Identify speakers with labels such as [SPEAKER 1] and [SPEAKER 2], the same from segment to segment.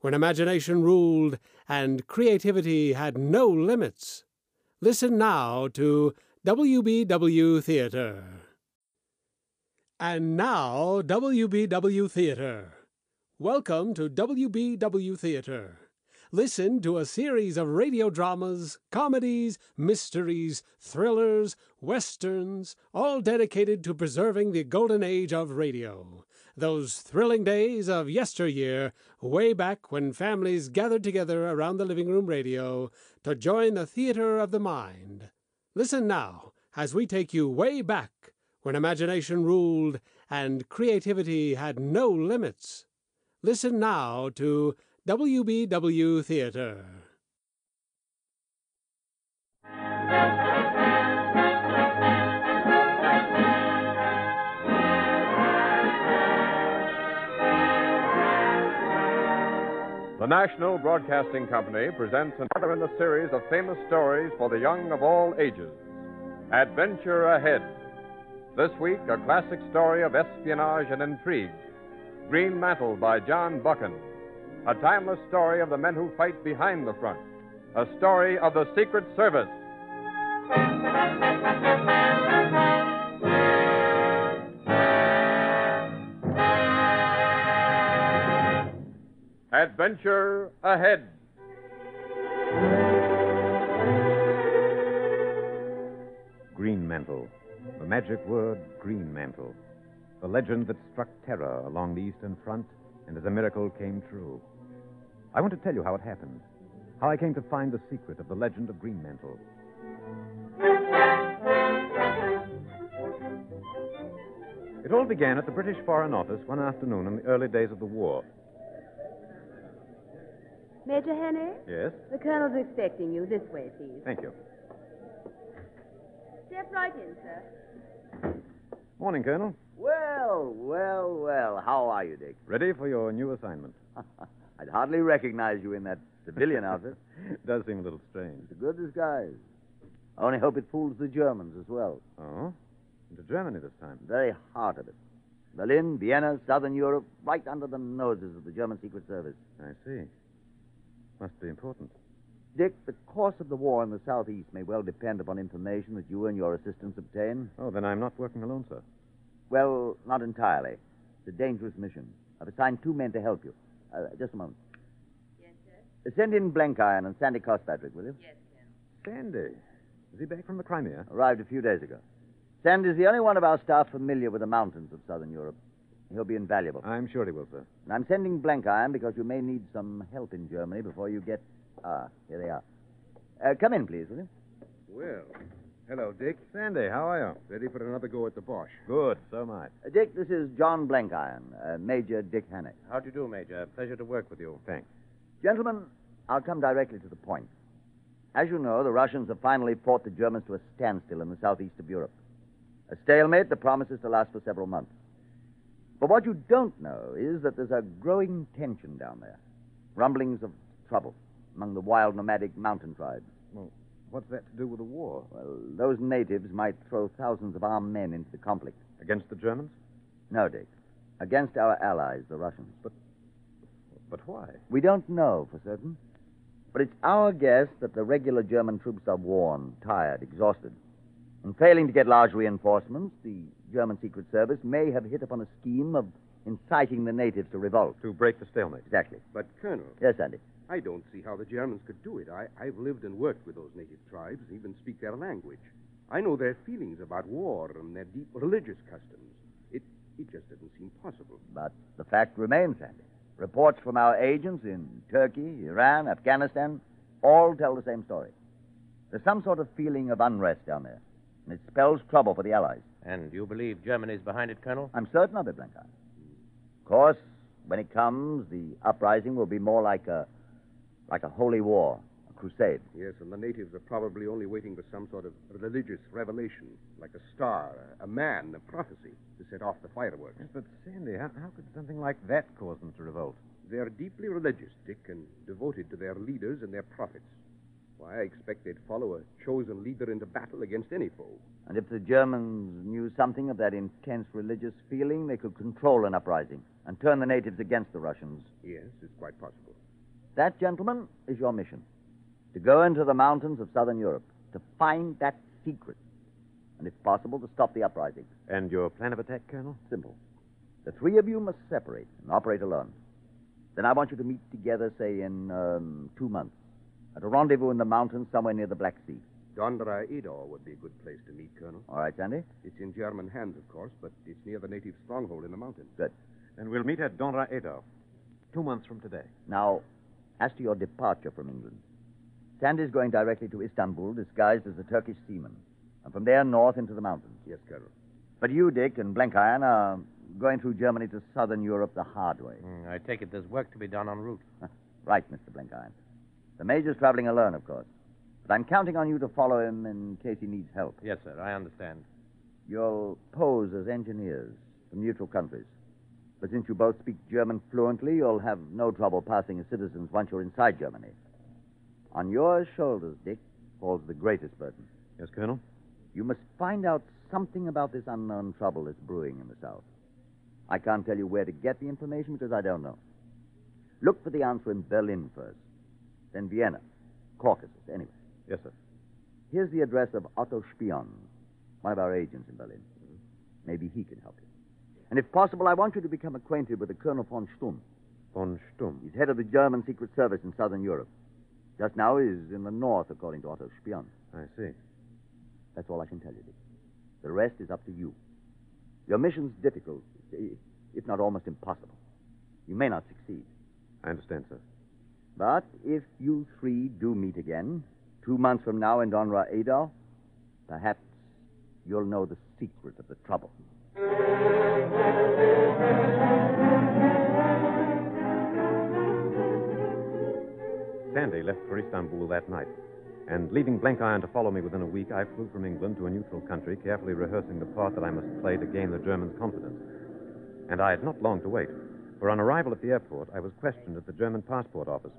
[SPEAKER 1] when imagination ruled and creativity had no limits. Listen now to WBW Theater. And now, WBW Theater. Welcome to WBW Theater. Listen to a series of radio dramas, comedies, mysteries, thrillers, westerns, all dedicated to preserving the golden age of radio. Those thrilling days of yesteryear, way back when families gathered together around the living room radio to join the theater of the mind. Listen now as we take you way back when imagination ruled and creativity had no limits. Listen now to WBW Theater.
[SPEAKER 2] The National Broadcasting Company presents another in the series of famous stories for the young of all ages Adventure Ahead. This week, a classic story of espionage and intrigue Green Mantle by John Buchan. A timeless story of the men who fight behind the front. A story of the Secret Service. Adventure Ahead.
[SPEAKER 3] Green mantle. The magic word, green mantle. The legend that struck terror along the Eastern Front and as a miracle came true. I want to tell you how it happened, how I came to find the secret of the legend of green mantle. It all began at the British Foreign Office one afternoon in the early days of the war.
[SPEAKER 4] Major Henry,
[SPEAKER 3] Yes?
[SPEAKER 4] the colonel's expecting you. This way, please.
[SPEAKER 3] Thank you.
[SPEAKER 4] Step right in, sir.
[SPEAKER 3] Morning, Colonel.
[SPEAKER 5] Well, well, well. How are you, Dick?
[SPEAKER 3] Ready for your new assignment.
[SPEAKER 5] I'd hardly recognize you in that civilian outfit.
[SPEAKER 3] Does seem a little strange.
[SPEAKER 5] It's a good disguise. I only hope it fools the Germans as well.
[SPEAKER 3] Oh? Into Germany this time.
[SPEAKER 5] Very heart of it. Berlin, Vienna, Southern Europe, right under the noses of the German Secret Service.
[SPEAKER 3] I see. Must be important.
[SPEAKER 5] Dick, the course of the war in the southeast may well depend upon information that you and your assistants obtain.
[SPEAKER 3] Oh, then I'm not working alone, sir.
[SPEAKER 5] Well, not entirely. It's a dangerous mission. I've assigned two men to help you. Uh, just a moment. Yes, sir. Send in Blenkiron and Sandy Cospatrick, will you?
[SPEAKER 3] Sandy. Is he back from the Crimea?
[SPEAKER 5] Arrived a few days ago. Sandy's the only one of our staff familiar with the mountains of southern Europe. He'll be invaluable.
[SPEAKER 3] I'm sure he will, sir.
[SPEAKER 5] And I'm sending Blenkiron because you may need some help in Germany before you get. Ah, here they are. Uh, come in, please, will you?
[SPEAKER 3] Well, hello, Dick. Sandy, how are you? Ready for another go at the Bosch? Good, so am I.
[SPEAKER 5] Uh, Dick, this is John Blenkiron, uh, Major Dick Hannock.
[SPEAKER 3] How do you do, Major? Pleasure to work with you. Thanks.
[SPEAKER 5] Gentlemen, I'll come directly to the point. As you know, the Russians have finally fought the Germans to a standstill in the southeast of Europe. A stalemate that promises to last for several months. But what you don't know is that there's a growing tension down there. Rumblings of trouble among the wild nomadic mountain tribes.
[SPEAKER 3] Well, what's that to do with the war?
[SPEAKER 5] Well, those natives might throw thousands of armed men into the conflict.
[SPEAKER 3] Against the Germans?
[SPEAKER 5] No, Dick. Against our allies, the Russians.
[SPEAKER 3] But why?
[SPEAKER 5] We don't know for certain. But it's our guess that the regular German troops are worn, tired, exhausted. And failing to get large reinforcements, the German Secret Service may have hit upon a scheme of inciting the natives to revolt.
[SPEAKER 3] To break the stalemate.
[SPEAKER 5] Exactly.
[SPEAKER 6] But, Colonel,
[SPEAKER 5] Yes, Andy.
[SPEAKER 6] I don't see how the Germans could do it. I, I've lived and worked with those native tribes, even speak their language. I know their feelings about war and their deep religious customs. It, it just doesn't seem possible.
[SPEAKER 5] But the fact remains, Andy. Reports from our agents in Turkey, Iran, Afghanistan all tell the same story. There's some sort of feeling of unrest down there, and it spells trouble for the Allies.
[SPEAKER 7] And you believe Germany's behind it,
[SPEAKER 3] Uh,
[SPEAKER 7] Colonel?
[SPEAKER 5] I'm certain of it, Blenkiron. Of course, when it comes, the uprising will be more like a Like a holy war, a crusade.
[SPEAKER 6] Yes, and the natives are probably only waiting for some sort of religious revelation, like a star, a, a man, a prophecy, to set off the fireworks.
[SPEAKER 3] Yes, but Sandy, how, how could something like that cause them to revolt?
[SPEAKER 6] They're deeply religious, Dick, and devoted to their leaders and their prophets. Why, I expect they'd follow a chosen leader into battle against any foe.
[SPEAKER 5] And if the Germans knew something of that intense religious feeling, they could control an uprising and turn the natives against the Russians.
[SPEAKER 6] Yes, it's quite possible.
[SPEAKER 5] That, gentlemen, is your mission to go into the mountains of southern Europe, to find that secret, and if possible, to stop the uprising.
[SPEAKER 3] And your plan of attack, Colonel?
[SPEAKER 5] Simple. The three of you must separate and operate alone. Then I want you to meet together, say, in um, two months, at a rendezvous in the mountains somewhere near the Black Sea.
[SPEAKER 6] Dondra Idor would be a good place to meet, Colonel.
[SPEAKER 5] All right, Sandy?
[SPEAKER 6] It's in German hands, of course, but it's near the native stronghold in the mountains.
[SPEAKER 5] Good.
[SPEAKER 3] And we'll meet at Donra Edo two months from today.
[SPEAKER 5] Now, as to your departure from England, Sandy's going directly to Istanbul disguised as a Turkish seaman, and from there north into the mountains.
[SPEAKER 6] Yes, Colonel.
[SPEAKER 5] But you, Dick, and Blenkiron are going through Germany to southern Europe the hard way.
[SPEAKER 7] Hmm, I take it there's work to be done en route.
[SPEAKER 5] Right, Mr. Blenkiron. The Major's traveling alone, of course. But I'm counting on you to follow him in case he needs help.
[SPEAKER 7] Yes, sir, I understand.
[SPEAKER 5] You'll pose as engineers from neutral countries. But since you both speak German fluently, you'll have no trouble passing as citizens once you're inside Germany. On your shoulders, Dick, falls the greatest burden.
[SPEAKER 3] Yes, Colonel?
[SPEAKER 5] You must find out something about this unknown trouble that's brewing in the South. I can't tell you where to get the information because I don't know. Look for the answer in Berlin first, then Vienna, Caucasus, anyway.
[SPEAKER 3] Yes, sir.
[SPEAKER 5] Here's the address of Otto Spion, one of our agents in Berlin.
[SPEAKER 3] Mm-hmm.
[SPEAKER 5] Maybe he can help you. And if possible, I want you to become acquainted with the Colonel von Sturm.
[SPEAKER 3] Von Sturm.
[SPEAKER 5] He's head of the German Secret Service in Southern Europe. Just now he's in the north, according to Otto Spion.
[SPEAKER 3] I see.
[SPEAKER 5] That's all I can tell you, Dick. The rest is up to you. Your mission's difficult, i- if not almost impossible. You may not succeed.
[SPEAKER 3] I understand, sir.
[SPEAKER 5] But if you three do meet again, two months from now in Donra Adal, perhaps you'll know the secret of the trouble.
[SPEAKER 3] Sandy left for Istanbul that night, and leaving Blenkiron to follow me within a week, I flew from England to a neutral country, carefully rehearsing the part that I must play to gain the Germans' confidence. And I had not long to wait, for on arrival at the airport, I was questioned at the German passport office.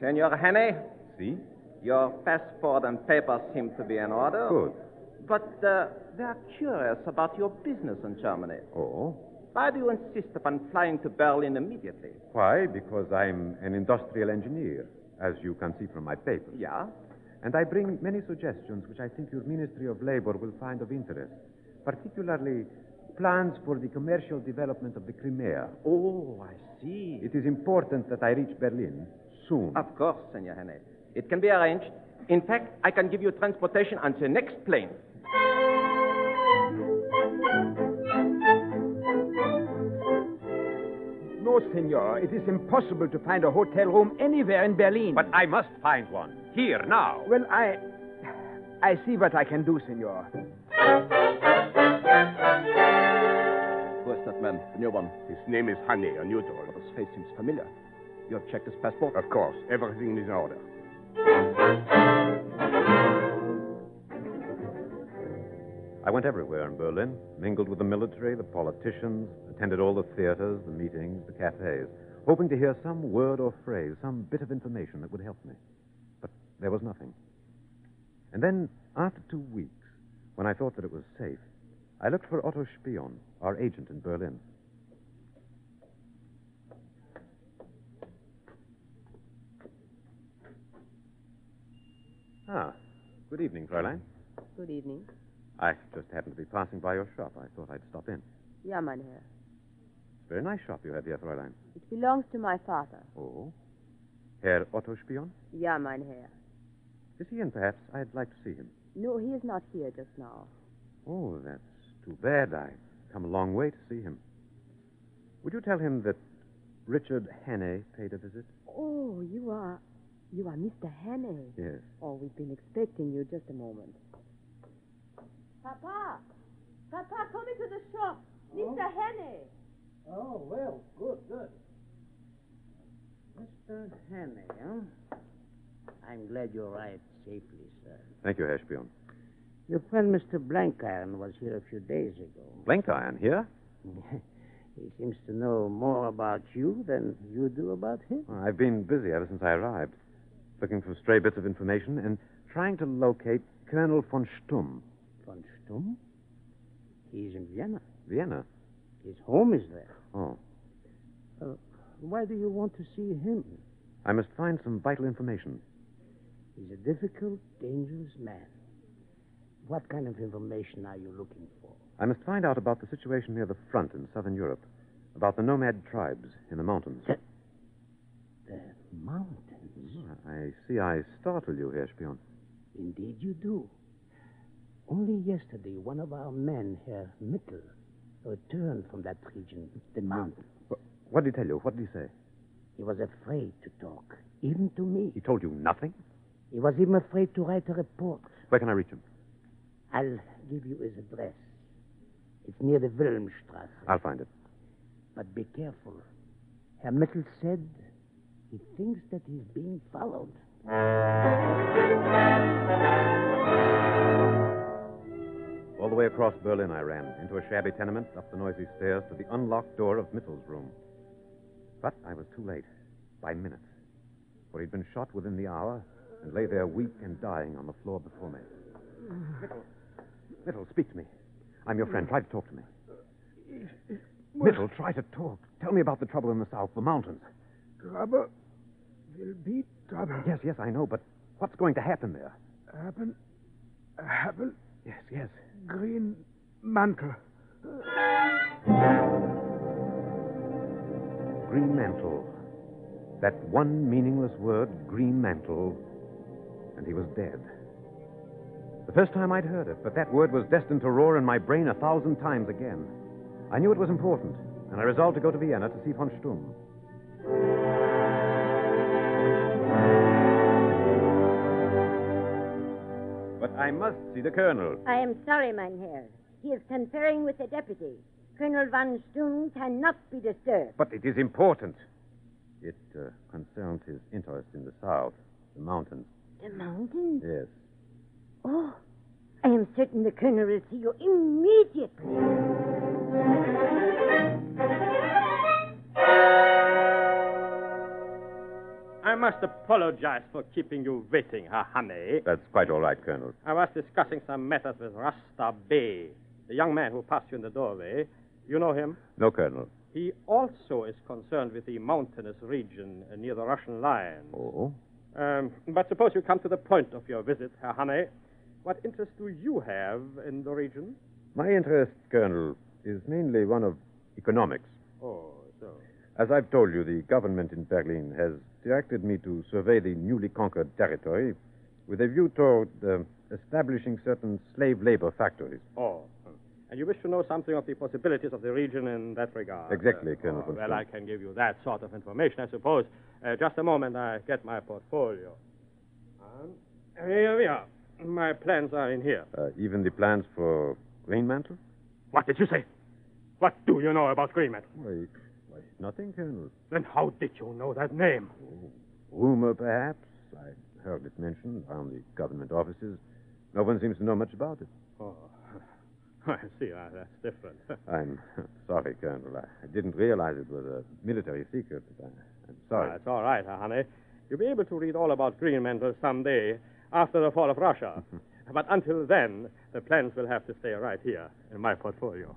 [SPEAKER 8] Senor Henne,
[SPEAKER 3] See?
[SPEAKER 8] your passport and papers seem to be in order.
[SPEAKER 3] Good.
[SPEAKER 8] But uh, they are curious about your business in Germany.
[SPEAKER 3] Oh?
[SPEAKER 8] Why do you insist upon flying to Berlin immediately?
[SPEAKER 3] Why? Because I'm an industrial engineer, as you can see from my papers.
[SPEAKER 8] Yeah?
[SPEAKER 3] And I bring many suggestions which I think your Ministry of Labor will find of interest, particularly plans for the commercial development of the Crimea.
[SPEAKER 8] Oh, I see.
[SPEAKER 3] It is important that I reach Berlin soon.
[SPEAKER 8] Of course, Senor Henne. It can be arranged. In fact, I can give you transportation on the next plane.
[SPEAKER 9] No, senor. It is impossible to find a hotel room anywhere in Berlin.
[SPEAKER 3] But I must find one. Here, now.
[SPEAKER 9] Well, I. I see what I can do, senor.
[SPEAKER 8] Who is that man? The new one.
[SPEAKER 6] His name is Honey, a new dog.
[SPEAKER 8] His face seems familiar. You have checked his passport?
[SPEAKER 6] Of course, everything is in order.
[SPEAKER 3] I went everywhere in Berlin, mingled with the military, the politicians, attended all the theaters, the meetings, the cafes, hoping to hear some word or phrase, some bit of information that would help me. But there was nothing. And then, after two weeks, when I thought that it was safe, I looked for Otto Spion, our agent in Berlin. Ah, good evening, Fräulein.
[SPEAKER 4] Good evening.
[SPEAKER 3] I just happened to be passing by your shop. I thought I'd stop in.
[SPEAKER 4] Yeah, mein Herr.
[SPEAKER 3] Very nice shop you have here, Fräulein.
[SPEAKER 4] It belongs to my father.
[SPEAKER 3] Oh? Herr Otto Spion?
[SPEAKER 4] Yeah, mein Herr.
[SPEAKER 3] Is he in, perhaps? I'd like to see him.
[SPEAKER 4] No, he is not here just now.
[SPEAKER 3] Oh, that's too bad. I've come a long way to see him. Would you tell him that Richard Hannay paid a visit?
[SPEAKER 4] Oh, you are. You are Mr. Hannay.
[SPEAKER 3] Yes.
[SPEAKER 4] Oh, we've been expecting you just a moment. Papa! Papa, come into the shop. Mr. Henne.
[SPEAKER 10] Oh, well, good, good. Mr. Haney, huh? I'm glad you arrived safely, sir.
[SPEAKER 3] Thank you, Herr Spion.
[SPEAKER 10] Your friend, Mr. Blankiron, was here a few days ago.
[SPEAKER 3] Blenkiron here?
[SPEAKER 10] he seems to know more about you than you do about him.
[SPEAKER 3] Well, I've been busy ever since I arrived, looking for stray bits of information and trying to locate Colonel von Stumm.
[SPEAKER 10] Von Stumm? He's in Vienna.
[SPEAKER 3] Vienna?
[SPEAKER 10] His home is there.
[SPEAKER 3] Oh.
[SPEAKER 10] Uh, why do you want to see him?
[SPEAKER 3] I must find some vital information.
[SPEAKER 10] He's a difficult, dangerous man. What kind of information are you looking for?
[SPEAKER 3] I must find out about the situation near the front in southern Europe, about the nomad tribes in the mountains.
[SPEAKER 10] The, the mountains?
[SPEAKER 3] I see I startle you, Herr Spion.
[SPEAKER 10] Indeed, you do. Only yesterday, one of our men, Herr Mittel, returned from that region, the mountains.
[SPEAKER 3] Ah, What did he tell you? What did he say?
[SPEAKER 10] He was afraid to talk, even to me.
[SPEAKER 3] He told you nothing?
[SPEAKER 10] He was even afraid to write a report.
[SPEAKER 3] Where can I reach him?
[SPEAKER 10] I'll give you his address. It's near the Wilhelmstrasse.
[SPEAKER 3] I'll find it.
[SPEAKER 10] But be careful. Herr Mittel said he thinks that he's being followed.
[SPEAKER 3] All the way across Berlin, I ran, into a shabby tenement, up the noisy stairs to the unlocked door of Mittel's room. But I was too late, by minutes, for he'd been shot within the hour and lay there weak and dying on the floor before me. Mittel, Mittel, speak to me. I'm your friend. Try to talk to me. Mittel, try to talk. Tell me about the trouble in the south, the mountains.
[SPEAKER 11] Trouble will be trouble.
[SPEAKER 3] Yes, yes, I know, but what's going to happen there?
[SPEAKER 11] Happen. Uh, Happen.
[SPEAKER 3] Yes, yes.
[SPEAKER 11] Green mantle.
[SPEAKER 3] Green mantle. That one meaningless word, green mantle, and he was dead. The first time I'd heard it, but that word was destined to roar in my brain a thousand times again. I knew it was important, and I resolved to go to Vienna to see von Stumm. But I must see the colonel.
[SPEAKER 12] I am sorry, mein Herr. He is conferring with the deputy. Colonel von Stung cannot be disturbed.
[SPEAKER 3] But it is important. It uh, concerns his interest in the south, the mountains.
[SPEAKER 12] The mountains?
[SPEAKER 3] Yes.
[SPEAKER 12] Oh, I am certain the colonel will see you immediately.
[SPEAKER 13] I must apologize for keeping you waiting, Herr Honey.
[SPEAKER 3] That's quite all right, Colonel.
[SPEAKER 13] I was discussing some matters with Rasta Bey, the young man who passed you in the doorway. You know him?
[SPEAKER 3] No, Colonel.
[SPEAKER 13] He also is concerned with the mountainous region uh, near the Russian line.
[SPEAKER 3] Oh?
[SPEAKER 13] Um, but suppose you come to the point of your visit, Herr Honey. What interest do you have in the region?
[SPEAKER 3] My interest, Colonel, is mainly one of economics.
[SPEAKER 13] Oh, so.
[SPEAKER 3] As I've told you, the government in Berlin has directed me to survey the newly conquered territory with a view toward uh, establishing certain slave labor factories.
[SPEAKER 13] Oh. And you wish to know something of the possibilities of the region in that regard?
[SPEAKER 3] Exactly, Colonel
[SPEAKER 13] oh,
[SPEAKER 3] von
[SPEAKER 13] Well,
[SPEAKER 3] Stumm.
[SPEAKER 13] I can give you that sort of information, I suppose. Uh, just a moment, I get my portfolio. Um, here we are. My plans are in here.
[SPEAKER 3] Uh, even the plans for Green Mantle?
[SPEAKER 13] What did you say? What do you know about Greenmantle?
[SPEAKER 3] Why, why, nothing, Colonel.
[SPEAKER 13] Then how did you know that name?
[SPEAKER 3] Rumor, perhaps. I heard it mentioned around the government offices. No one seems to know much about it.
[SPEAKER 13] Oh, I see. Uh, that's different.
[SPEAKER 3] I'm sorry, Colonel. I I didn't realize it was a military secret. But I, I'm
[SPEAKER 7] Ah,
[SPEAKER 3] sorry.
[SPEAKER 13] That's all right, huh, honey. You'll be able to read all about Greenmantle someday after the fall of Russia. but until then, the plans will have to stay right here in my portfolio.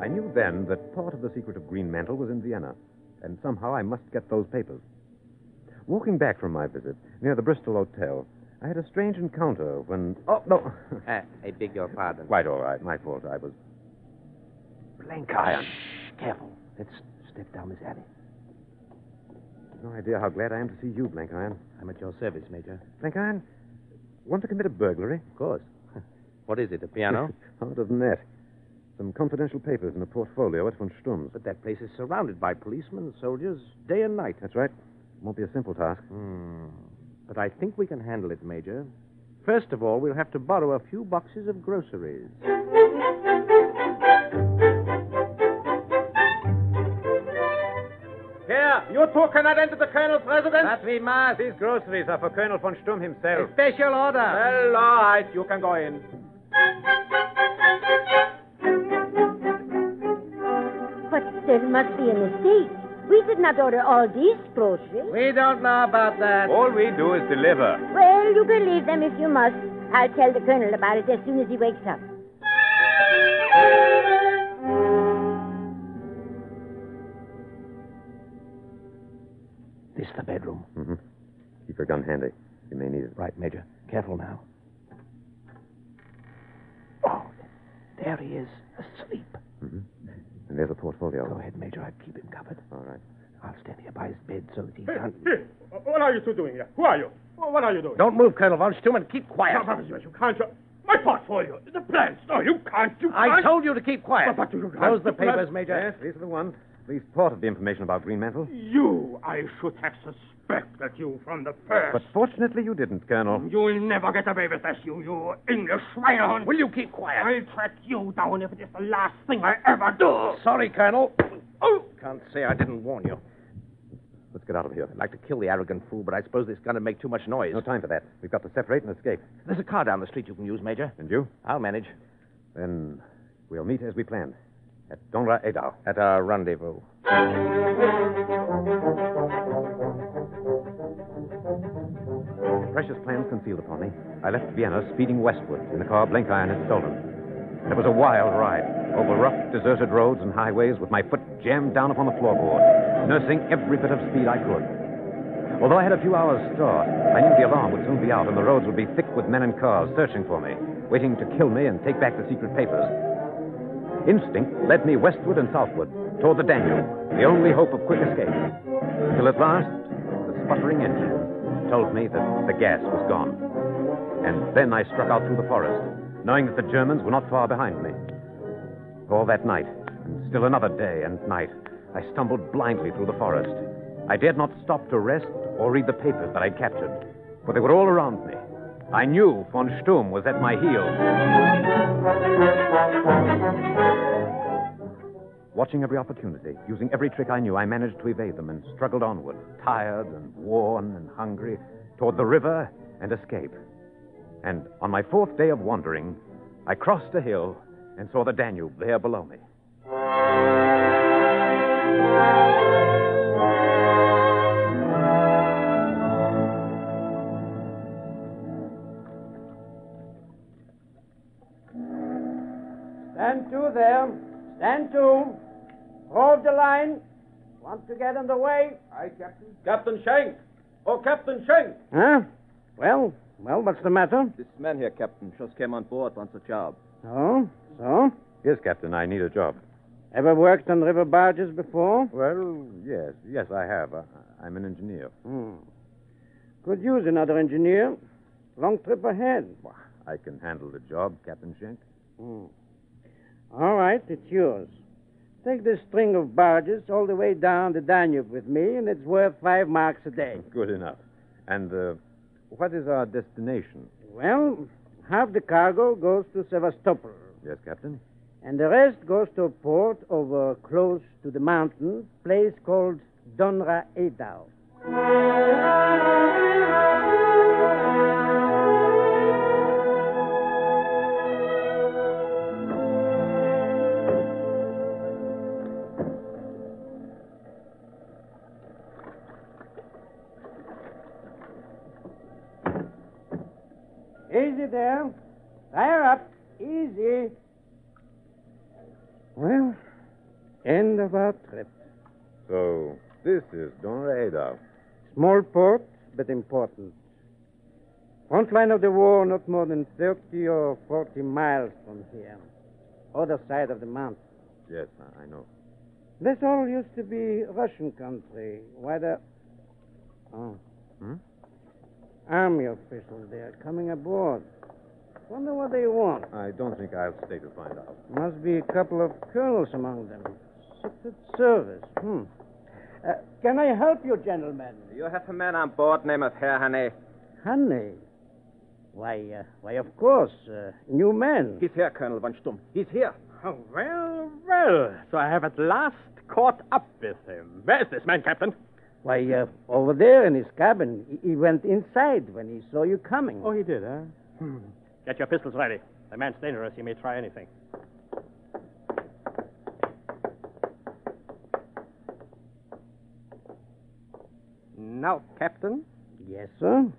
[SPEAKER 3] I knew then that part of the secret of Green Mantle was in Vienna, and somehow I must get those papers. Walking back from my visit near the Bristol Hotel, I had a strange encounter when. Oh, no.
[SPEAKER 7] Uh, I beg your pardon.
[SPEAKER 3] Quite all right. My fault. I was.
[SPEAKER 10] Blenkiron. Careful. Let's step down this alley.
[SPEAKER 3] No idea how glad I am to see you, Blenkiron.
[SPEAKER 7] I'm at your service, Major.
[SPEAKER 3] Blenkiron, want to commit a burglary?
[SPEAKER 7] Of course. What is it, a piano?
[SPEAKER 3] Harder than that. Some confidential papers in a portfolio at von Sturm's.
[SPEAKER 7] but that place is surrounded by policemen, soldiers, day and night.
[SPEAKER 3] That's right. Won't be a simple task.
[SPEAKER 7] Hmm. But I think we can handle it, Major. First of all, we'll have to borrow a few boxes of groceries.
[SPEAKER 8] Here, you two cannot enter the colonel's residence.
[SPEAKER 14] But we must. These groceries are for Colonel von Sturm himself.
[SPEAKER 8] A special order. Well, all right, you can go in.
[SPEAKER 12] But there must be a mistake. We did not order all these groceries.
[SPEAKER 14] We don't know about that.
[SPEAKER 3] All we do is deliver.
[SPEAKER 12] Well, you believe them if you must. I'll tell the colonel about it as soon as he wakes up.
[SPEAKER 10] This the bedroom.
[SPEAKER 3] Mm-hmm. Keep your gun handy. You may need it.
[SPEAKER 10] Right, Major. Careful now. Oh, there he is, asleep.
[SPEAKER 3] Mm-hmm. And there's a portfolio.
[SPEAKER 10] Go ahead, Major. I'll keep him covered.
[SPEAKER 3] All right.
[SPEAKER 10] I'll stand here by his bed so that he
[SPEAKER 13] Hey,
[SPEAKER 10] can't.
[SPEAKER 13] hey, what are you two doing here? Who are you? What are you doing?
[SPEAKER 7] Don't move, Colonel von Sturm, and keep quiet.
[SPEAKER 13] No, but you you can't. you- My portfolio, the plans. No, you can't. You
[SPEAKER 7] I
[SPEAKER 13] can't.
[SPEAKER 7] told you to keep quiet.
[SPEAKER 13] But, but you can't.
[SPEAKER 7] Close the
[SPEAKER 13] you can't.
[SPEAKER 7] papers, Major.
[SPEAKER 3] Yes, these are the ones. These ported the information about Greenmantle.
[SPEAKER 13] You, I should have suspected you from the first.
[SPEAKER 3] But fortunately, you didn't, Colonel.
[SPEAKER 13] You'll never get away with this, you, you English swinehorn.
[SPEAKER 7] Will you keep quiet?
[SPEAKER 13] I'll track you down if it is the last thing I ever do.
[SPEAKER 7] Sorry, Colonel.
[SPEAKER 13] Oh,
[SPEAKER 7] Can't say I didn't warn you.
[SPEAKER 3] Let's get out of here.
[SPEAKER 7] I'd like to kill the arrogant fool, but I suppose this gun would make too much noise.
[SPEAKER 3] No time for that. We've got to separate and escape.
[SPEAKER 7] There's a car down the street you can use, Major.
[SPEAKER 3] And you?
[SPEAKER 7] I'll manage.
[SPEAKER 3] Then we'll meet as we planned at Dongra Edau.
[SPEAKER 7] At our rendezvous.
[SPEAKER 3] Precious plans concealed upon me. I left Vienna speeding westward in the car Blenkiron had stolen. It was a wild ride over rough, deserted roads and highways with my foot jammed down upon the floorboard, nursing every bit of speed I could. Although I had a few hours' start, I knew the alarm would soon be out and the roads would be thick with men and cars searching for me, waiting to kill me and take back the secret papers. Instinct led me westward and southward, toward the Danube, the only hope of quick escape. Until at last, the sputtering engine told me that the gas was gone. And then I struck out through the forest, knowing that the Germans were not far behind me. All that night, and still another day and night, I stumbled blindly through the forest. I dared not stop to rest or read the papers that I'd captured, for they were all around me. I knew von Sturm was at my heels. Watching every opportunity, using every trick I knew, I managed to evade them and struggled onward, tired and worn and hungry, toward the river and escape. And on my fourth day of wandering, I crossed a hill and saw the Danube there below me.
[SPEAKER 15] Stand to there. Stand to. Hold the line. Want to get in the way?
[SPEAKER 6] Aye, Captain.
[SPEAKER 8] Captain Schenk. Oh, Captain Schenk.
[SPEAKER 15] Huh? Well, well, what's the matter?
[SPEAKER 5] This man here, Captain, just came on board, wants a job.
[SPEAKER 15] Oh, so?
[SPEAKER 3] Yes, Captain, I need a job.
[SPEAKER 15] Ever worked on river barges before?
[SPEAKER 3] Well, yes, yes, I have. I, I'm an engineer.
[SPEAKER 15] Hmm. Could use another engineer. Long trip ahead.
[SPEAKER 3] I can handle the job, Captain Schenk.
[SPEAKER 15] Hmm. All right, it's yours. Take this string of barges all the way down the Danube with me, and it's worth five marks a day.
[SPEAKER 3] Good enough. And uh, what is our destination?
[SPEAKER 15] Well, half the cargo goes to Sevastopol,
[SPEAKER 3] Yes, Captain.
[SPEAKER 15] and the rest goes to a port over close to the mountains, place called Donra Edau. Easy there. Fire up. Easy. Well, end of our trip.
[SPEAKER 3] So this is Donra Edau.
[SPEAKER 15] Small port, but important. Front line of the war, not more than 30 or 40 miles from here. Other side of the mountain.
[SPEAKER 3] Yes, I, I know.
[SPEAKER 15] This all used to be Russian country. Why the. Oh.
[SPEAKER 3] Hmm?
[SPEAKER 15] Army officials there coming aboard. Wonder what they want.
[SPEAKER 3] I don't think I'll stay to find out.
[SPEAKER 15] Must be a couple of colonels among them. Secret service. Hmm. Uh, can I help you, gentlemen?
[SPEAKER 8] You have a man on board named Herr Hane.
[SPEAKER 15] Honey. Why, uh, why, of course. Uh, new man.
[SPEAKER 8] He's here, Colonel von Sturm. He's here.
[SPEAKER 13] Oh, well, well. So I have at last caught up with him. Where's this man, Captain?
[SPEAKER 15] Why, uh, over there in his cabin. He, he went inside when he saw you coming.
[SPEAKER 13] Oh, he did, huh? Get your pistols ready. The man's dangerous. He may try anything. Now, Captain.
[SPEAKER 15] Yes, sir.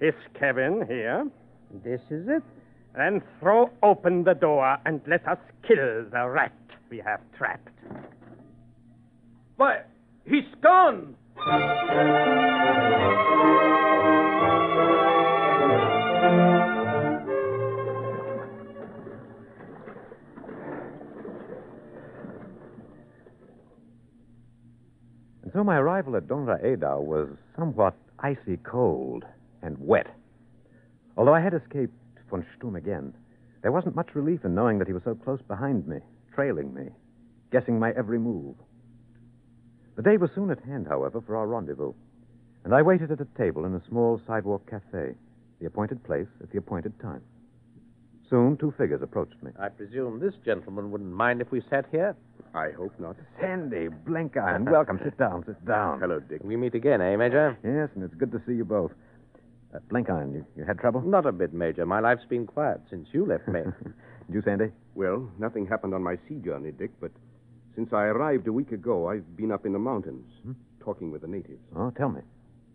[SPEAKER 13] His cabin here.
[SPEAKER 15] This is it.
[SPEAKER 13] Then throw open the door and let us kill the rat we have trapped.
[SPEAKER 14] Why, he's gone!
[SPEAKER 3] And so my arrival at Donra Eda was somewhat icy cold and wet. Although I had escaped von Sturm again, there wasn't much relief in knowing that he was so close behind me, trailing me, guessing my every move. The day was soon at hand, however, for our rendezvous, and I waited at a table in a small sidewalk cafe, the appointed place at the appointed time. Soon two figures approached me.
[SPEAKER 7] I presume this gentleman wouldn't mind if we sat here?
[SPEAKER 6] I hope not.
[SPEAKER 3] Sandy, blink eye, and welcome. sit down, sit down.
[SPEAKER 7] Hello, Dick. We meet again, eh, Major?
[SPEAKER 3] Yes, and it's good to see you both. Uh, Blenkiron, you, you had trouble?
[SPEAKER 7] Not a bit, Major. My life's been quiet since you left me.
[SPEAKER 3] You, Sandy?
[SPEAKER 6] Well, nothing happened on my sea journey, Dick, but since I arrived a week ago, I've been up in the mountains
[SPEAKER 3] Hmm?
[SPEAKER 6] talking with the natives.
[SPEAKER 3] Oh, tell me.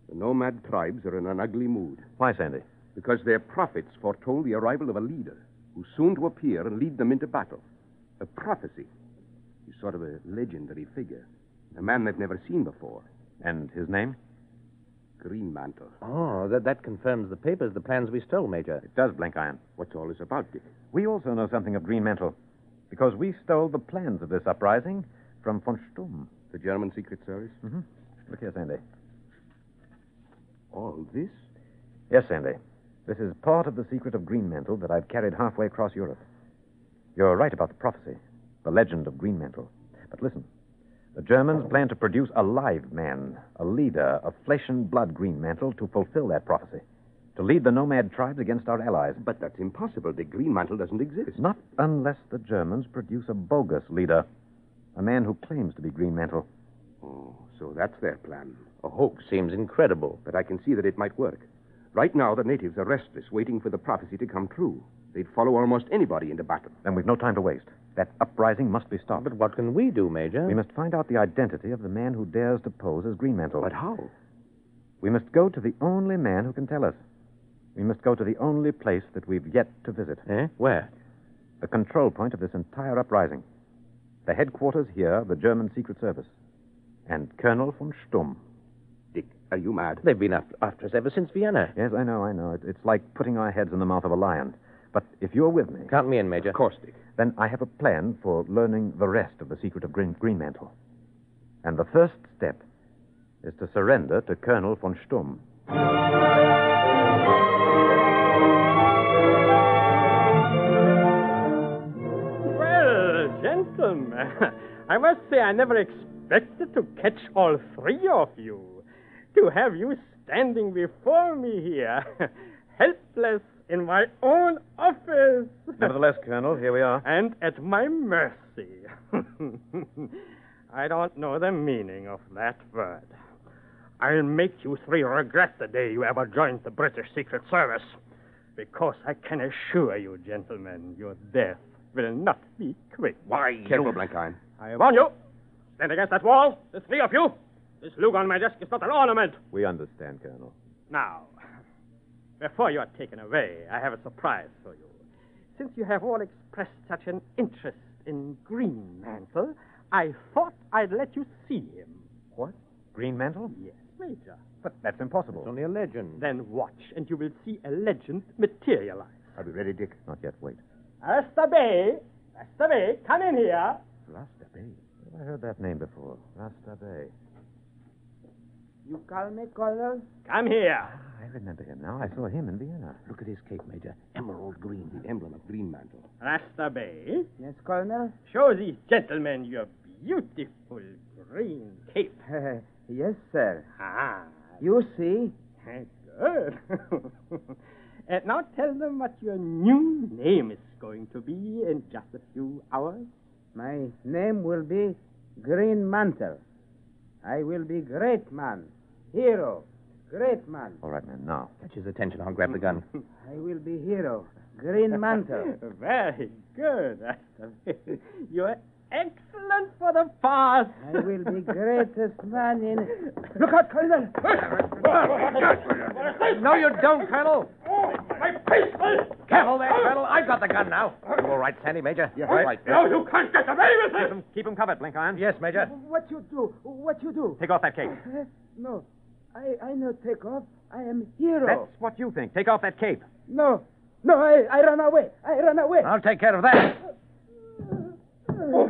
[SPEAKER 6] The nomad tribes are in an ugly mood
[SPEAKER 3] Why, Sandy?
[SPEAKER 6] because their prophets foretold the arrival of a leader who's soon to appear and lead them into battle. A prophecy. He's sort of a legendary figure, a man they've never seen before.
[SPEAKER 3] And his name?
[SPEAKER 6] Greenmantle.
[SPEAKER 7] Oh, that, that confirms the papers, the plans we stole, Major.
[SPEAKER 3] It does, Blenkiron.
[SPEAKER 6] What's all this about, Dick?
[SPEAKER 3] We also know something of Greenmantle, because we stole the plans of this uprising from von Sturm.
[SPEAKER 6] The German Secret Service?
[SPEAKER 3] Mm-hmm. Look here, Sandy.
[SPEAKER 6] All this?
[SPEAKER 3] Yes, Sandy. This is part of the secret of Greenmantle that I've carried halfway across Europe. You're right about the prophecy, the legend of Greenmantle. But listen, the Germans plan to produce a live man, a leader of flesh and blood Greenmantle, to fulfill that prophecy, to lead the nomad tribes against our allies.
[SPEAKER 6] But that's impossible. The Greenmantle doesn't exist.
[SPEAKER 3] Not unless the Germans produce a bogus leader, a man who claims to be Greenmantle.
[SPEAKER 6] Oh, so that's their plan.
[SPEAKER 7] A hoax seems incredible.
[SPEAKER 6] But I can see that it might work. Right now, the natives are restless, waiting for the prophecy to come true. They'd follow almost anybody into battle.
[SPEAKER 3] Then we've no time to waste. That uprising must be stopped.
[SPEAKER 7] But what can we do, Major?
[SPEAKER 3] We must find out the identity of the man who dares to pose as Greenmantle.
[SPEAKER 6] But how?
[SPEAKER 3] We must go to the only man who can tell us. We must go to the only place that we've yet to visit.
[SPEAKER 7] Eh? Where?
[SPEAKER 3] The control point of this entire uprising. The headquarters here of the German Secret Service. And Colonel von Stumm.
[SPEAKER 6] Dick, are you mad?
[SPEAKER 7] They've been after, after us ever since Vienna.
[SPEAKER 3] Yes, I know, I know. It- It's like putting our heads in the mouth of a lion. But if you're with me,
[SPEAKER 7] Count me in, Major.
[SPEAKER 6] Of course, Dick.
[SPEAKER 3] then I have a plan for learning the rest of the secret of Green- Greenmantle. And the first step is to surrender to Colonel von Stumm.
[SPEAKER 13] Well, gentlemen, I must say I never expected to catch all three of you. To have you standing before me here, helpless in my own office.
[SPEAKER 3] Nevertheless, Colonel, here we are.
[SPEAKER 13] and at my mercy. I don't know the meaning of that word. I'll make you three regret the day you ever joined the British Secret Service, because I can assure you, gentlemen, your death will not be quick.
[SPEAKER 6] Why? Careful, Blenkiron.
[SPEAKER 13] I warn you, stand against that wall, the three of you. This lug on my desk is not an ornament.
[SPEAKER 3] We understand, Colonel.
[SPEAKER 13] Now, before you are taken away, I have a surprise for you. Since you have all expressed such an interest in Greenmantle, I thought I'd let you see him.
[SPEAKER 3] What? Greenmantle?
[SPEAKER 13] Yes, Major.
[SPEAKER 3] But that's impossible.
[SPEAKER 7] It's only a legend.
[SPEAKER 13] Then watch, and you will see a legend materialize.
[SPEAKER 6] Are we ready, Dick?
[SPEAKER 3] Not yet, wait.
[SPEAKER 13] Rasta Bay, Rasta Bay, come in here.
[SPEAKER 3] Rasta Bay? Have I heard that name before? Rasta Bay.
[SPEAKER 14] You call me, Colonel?
[SPEAKER 13] Come here.
[SPEAKER 3] Ah, I remember him now. I saw him in Vienna.
[SPEAKER 7] Look at his cape, Major. Emerald green.
[SPEAKER 6] The emblem of Greenmantle.
[SPEAKER 13] Rasta Bay,
[SPEAKER 14] Yes, Colonel?
[SPEAKER 13] show these gentlemen your beautiful green cape.
[SPEAKER 14] yes, sir.
[SPEAKER 13] Ah,
[SPEAKER 14] You see?
[SPEAKER 13] Good. and now tell them what your new name is going to be in just a few hours.
[SPEAKER 14] My name will be
[SPEAKER 15] Green Mantle. I will be great man, hero, great man.
[SPEAKER 3] All right, man, now.
[SPEAKER 5] Catch his attention. I'll grab the gun.
[SPEAKER 15] I will be hero, Green Mantle.
[SPEAKER 13] Very good. You're excellent for the farce.
[SPEAKER 15] I will be greatest man in. Look out, Colonel!
[SPEAKER 8] No, you don't, Colonel.
[SPEAKER 13] Oh, My Oh! pistol!
[SPEAKER 8] Careful there, Colonel. I've got the gun now. You all right, Sandy, Major?
[SPEAKER 13] Yeah.
[SPEAKER 8] All right.
[SPEAKER 13] No, you can't get away with
[SPEAKER 8] Keep
[SPEAKER 13] it!
[SPEAKER 8] him, keep him covered, Blenkiron. Yes, Major.
[SPEAKER 15] What you do? What you do?
[SPEAKER 8] Take off that cape.
[SPEAKER 15] Uh, no, I I no take off. I am hero.
[SPEAKER 8] That's what you think. Take off that cape.
[SPEAKER 15] No, no, I I run away. I run away.
[SPEAKER 8] I'll take care of that.
[SPEAKER 15] Uh.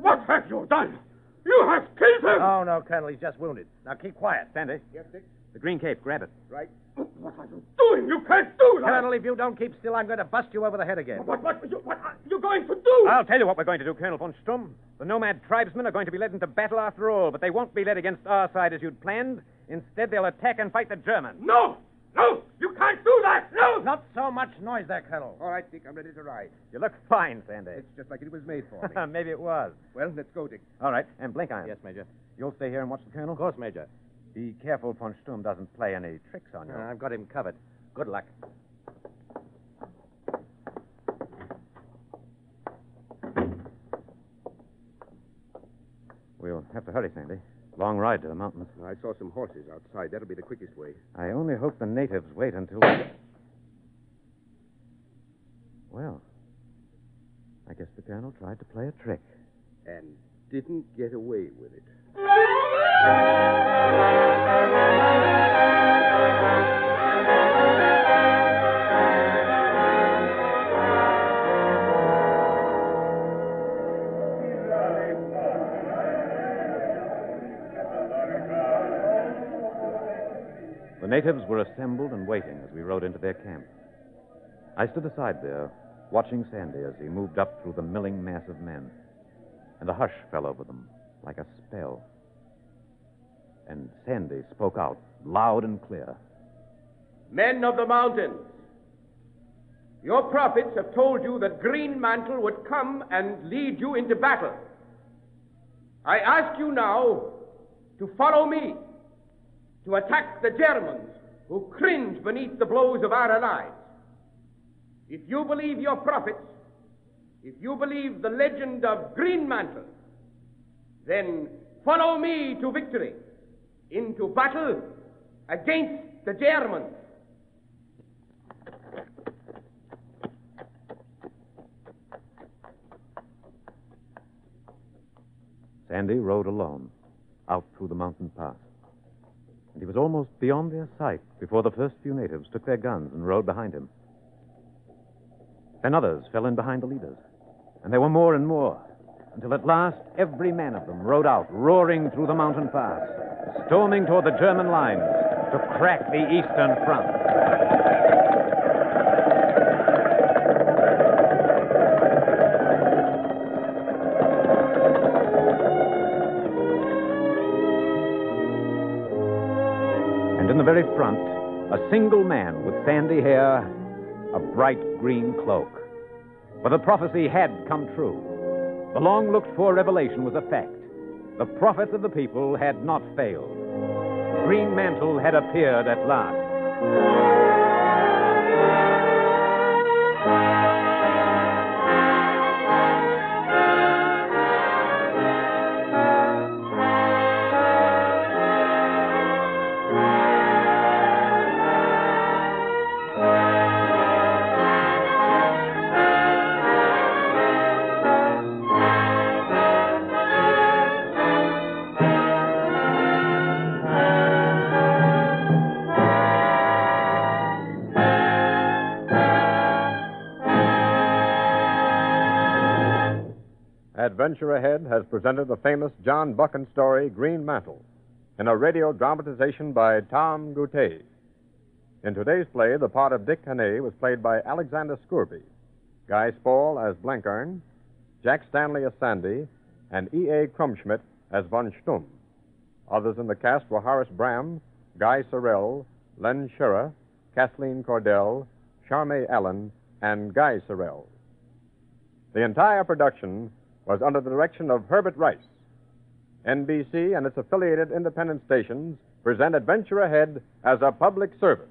[SPEAKER 13] What have you done? You have killed him!
[SPEAKER 8] Oh, no, Colonel. He's just wounded. Now keep quiet, Sandy.
[SPEAKER 6] Yes, Dick?
[SPEAKER 8] The green cape, grab it.
[SPEAKER 6] Right. What are you doing? You can't do that!
[SPEAKER 8] Colonel, if you don't keep still, I'm going to bust you over the head again.
[SPEAKER 6] What, what, you, what are you going to do?
[SPEAKER 8] I'll tell you what we're going to do, Colonel von Sturm. The nomad tribesmen are going to be led into battle after all, but they won't be led against our side as you'd planned. Instead, they'll attack and fight the Germans.
[SPEAKER 13] No! No! You can't do that! No!
[SPEAKER 8] Not so much noise there, Colonel.
[SPEAKER 6] All right, Dick, I'm ready to ride.
[SPEAKER 8] You look fine, Sandy.
[SPEAKER 6] It's just like it was made for me.
[SPEAKER 8] Maybe it was.
[SPEAKER 6] well, let's go, Dick.
[SPEAKER 8] All right, and Blenkiron.
[SPEAKER 3] Yes, Major.
[SPEAKER 8] You'll stay here and watch the Colonel?
[SPEAKER 3] Of course, Major. Be careful von Sturm doesn't play any tricks on you.
[SPEAKER 8] Uh, I've got him covered. Good luck.
[SPEAKER 3] We'll have to hurry, Sandy. Long ride to the mountains.
[SPEAKER 6] I saw some horses outside. That'll be the quickest way.
[SPEAKER 3] I only hope the natives wait until. Well, I guess the colonel tried to play a trick.
[SPEAKER 6] And didn't get away with it.
[SPEAKER 3] The natives were assembled and waiting as we rode into their camp. I stood aside there, watching Sandy as he moved up through the milling mass of men, and a hush fell over them like a spell. And Sandy spoke out loud and clear.
[SPEAKER 16] Men of the mountains, your prophets have told you that Green Mantle would come and lead you into battle. I ask you now to follow me, to attack the Germans who cringe beneath the blows of our allies. If you believe your prophets, if you believe the legend of Green Mantle, then follow me to victory, into battle against the Germans.
[SPEAKER 3] Sandy rode alone, out through the mountain pass. And he was almost beyond their sight before the first few natives took their guns and rode behind him. Then others fell in behind the leaders, and there were more and more, until at last every man of them rode out, roaring through the mountain pass, storming toward the German lines to crack the eastern front. And in the very front, a single man with sandy hair, a bright green cloak. For the prophecy had come true. The long looked for revelation was a fact. The prophets of the people had not failed. Green Mantle had appeared at last.
[SPEAKER 2] Adventure Ahead has presented the famous John Buchan story, Green Mantle, in a radio dramatization by Tom Goutet. In today's play, the part of Dick Caney was played by Alexander Scourby, Guy Spall as Blenkiron, Jack Stanley as Sandy, and E.A. Krumschmidt as Von Stum. Others in the cast were Horace Bram, Guy Sorrell, Len Scherer, Kathleen Cordell, Charme Allen, and Guy Sorrell. The entire production was under the direction of Herbert Rice, NBC and its affiliated independent stations present Adventure Ahead as a public service.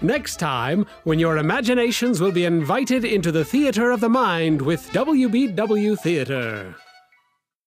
[SPEAKER 1] Next time, when your imaginations will be invited into the theater of the mind with WBW Theater.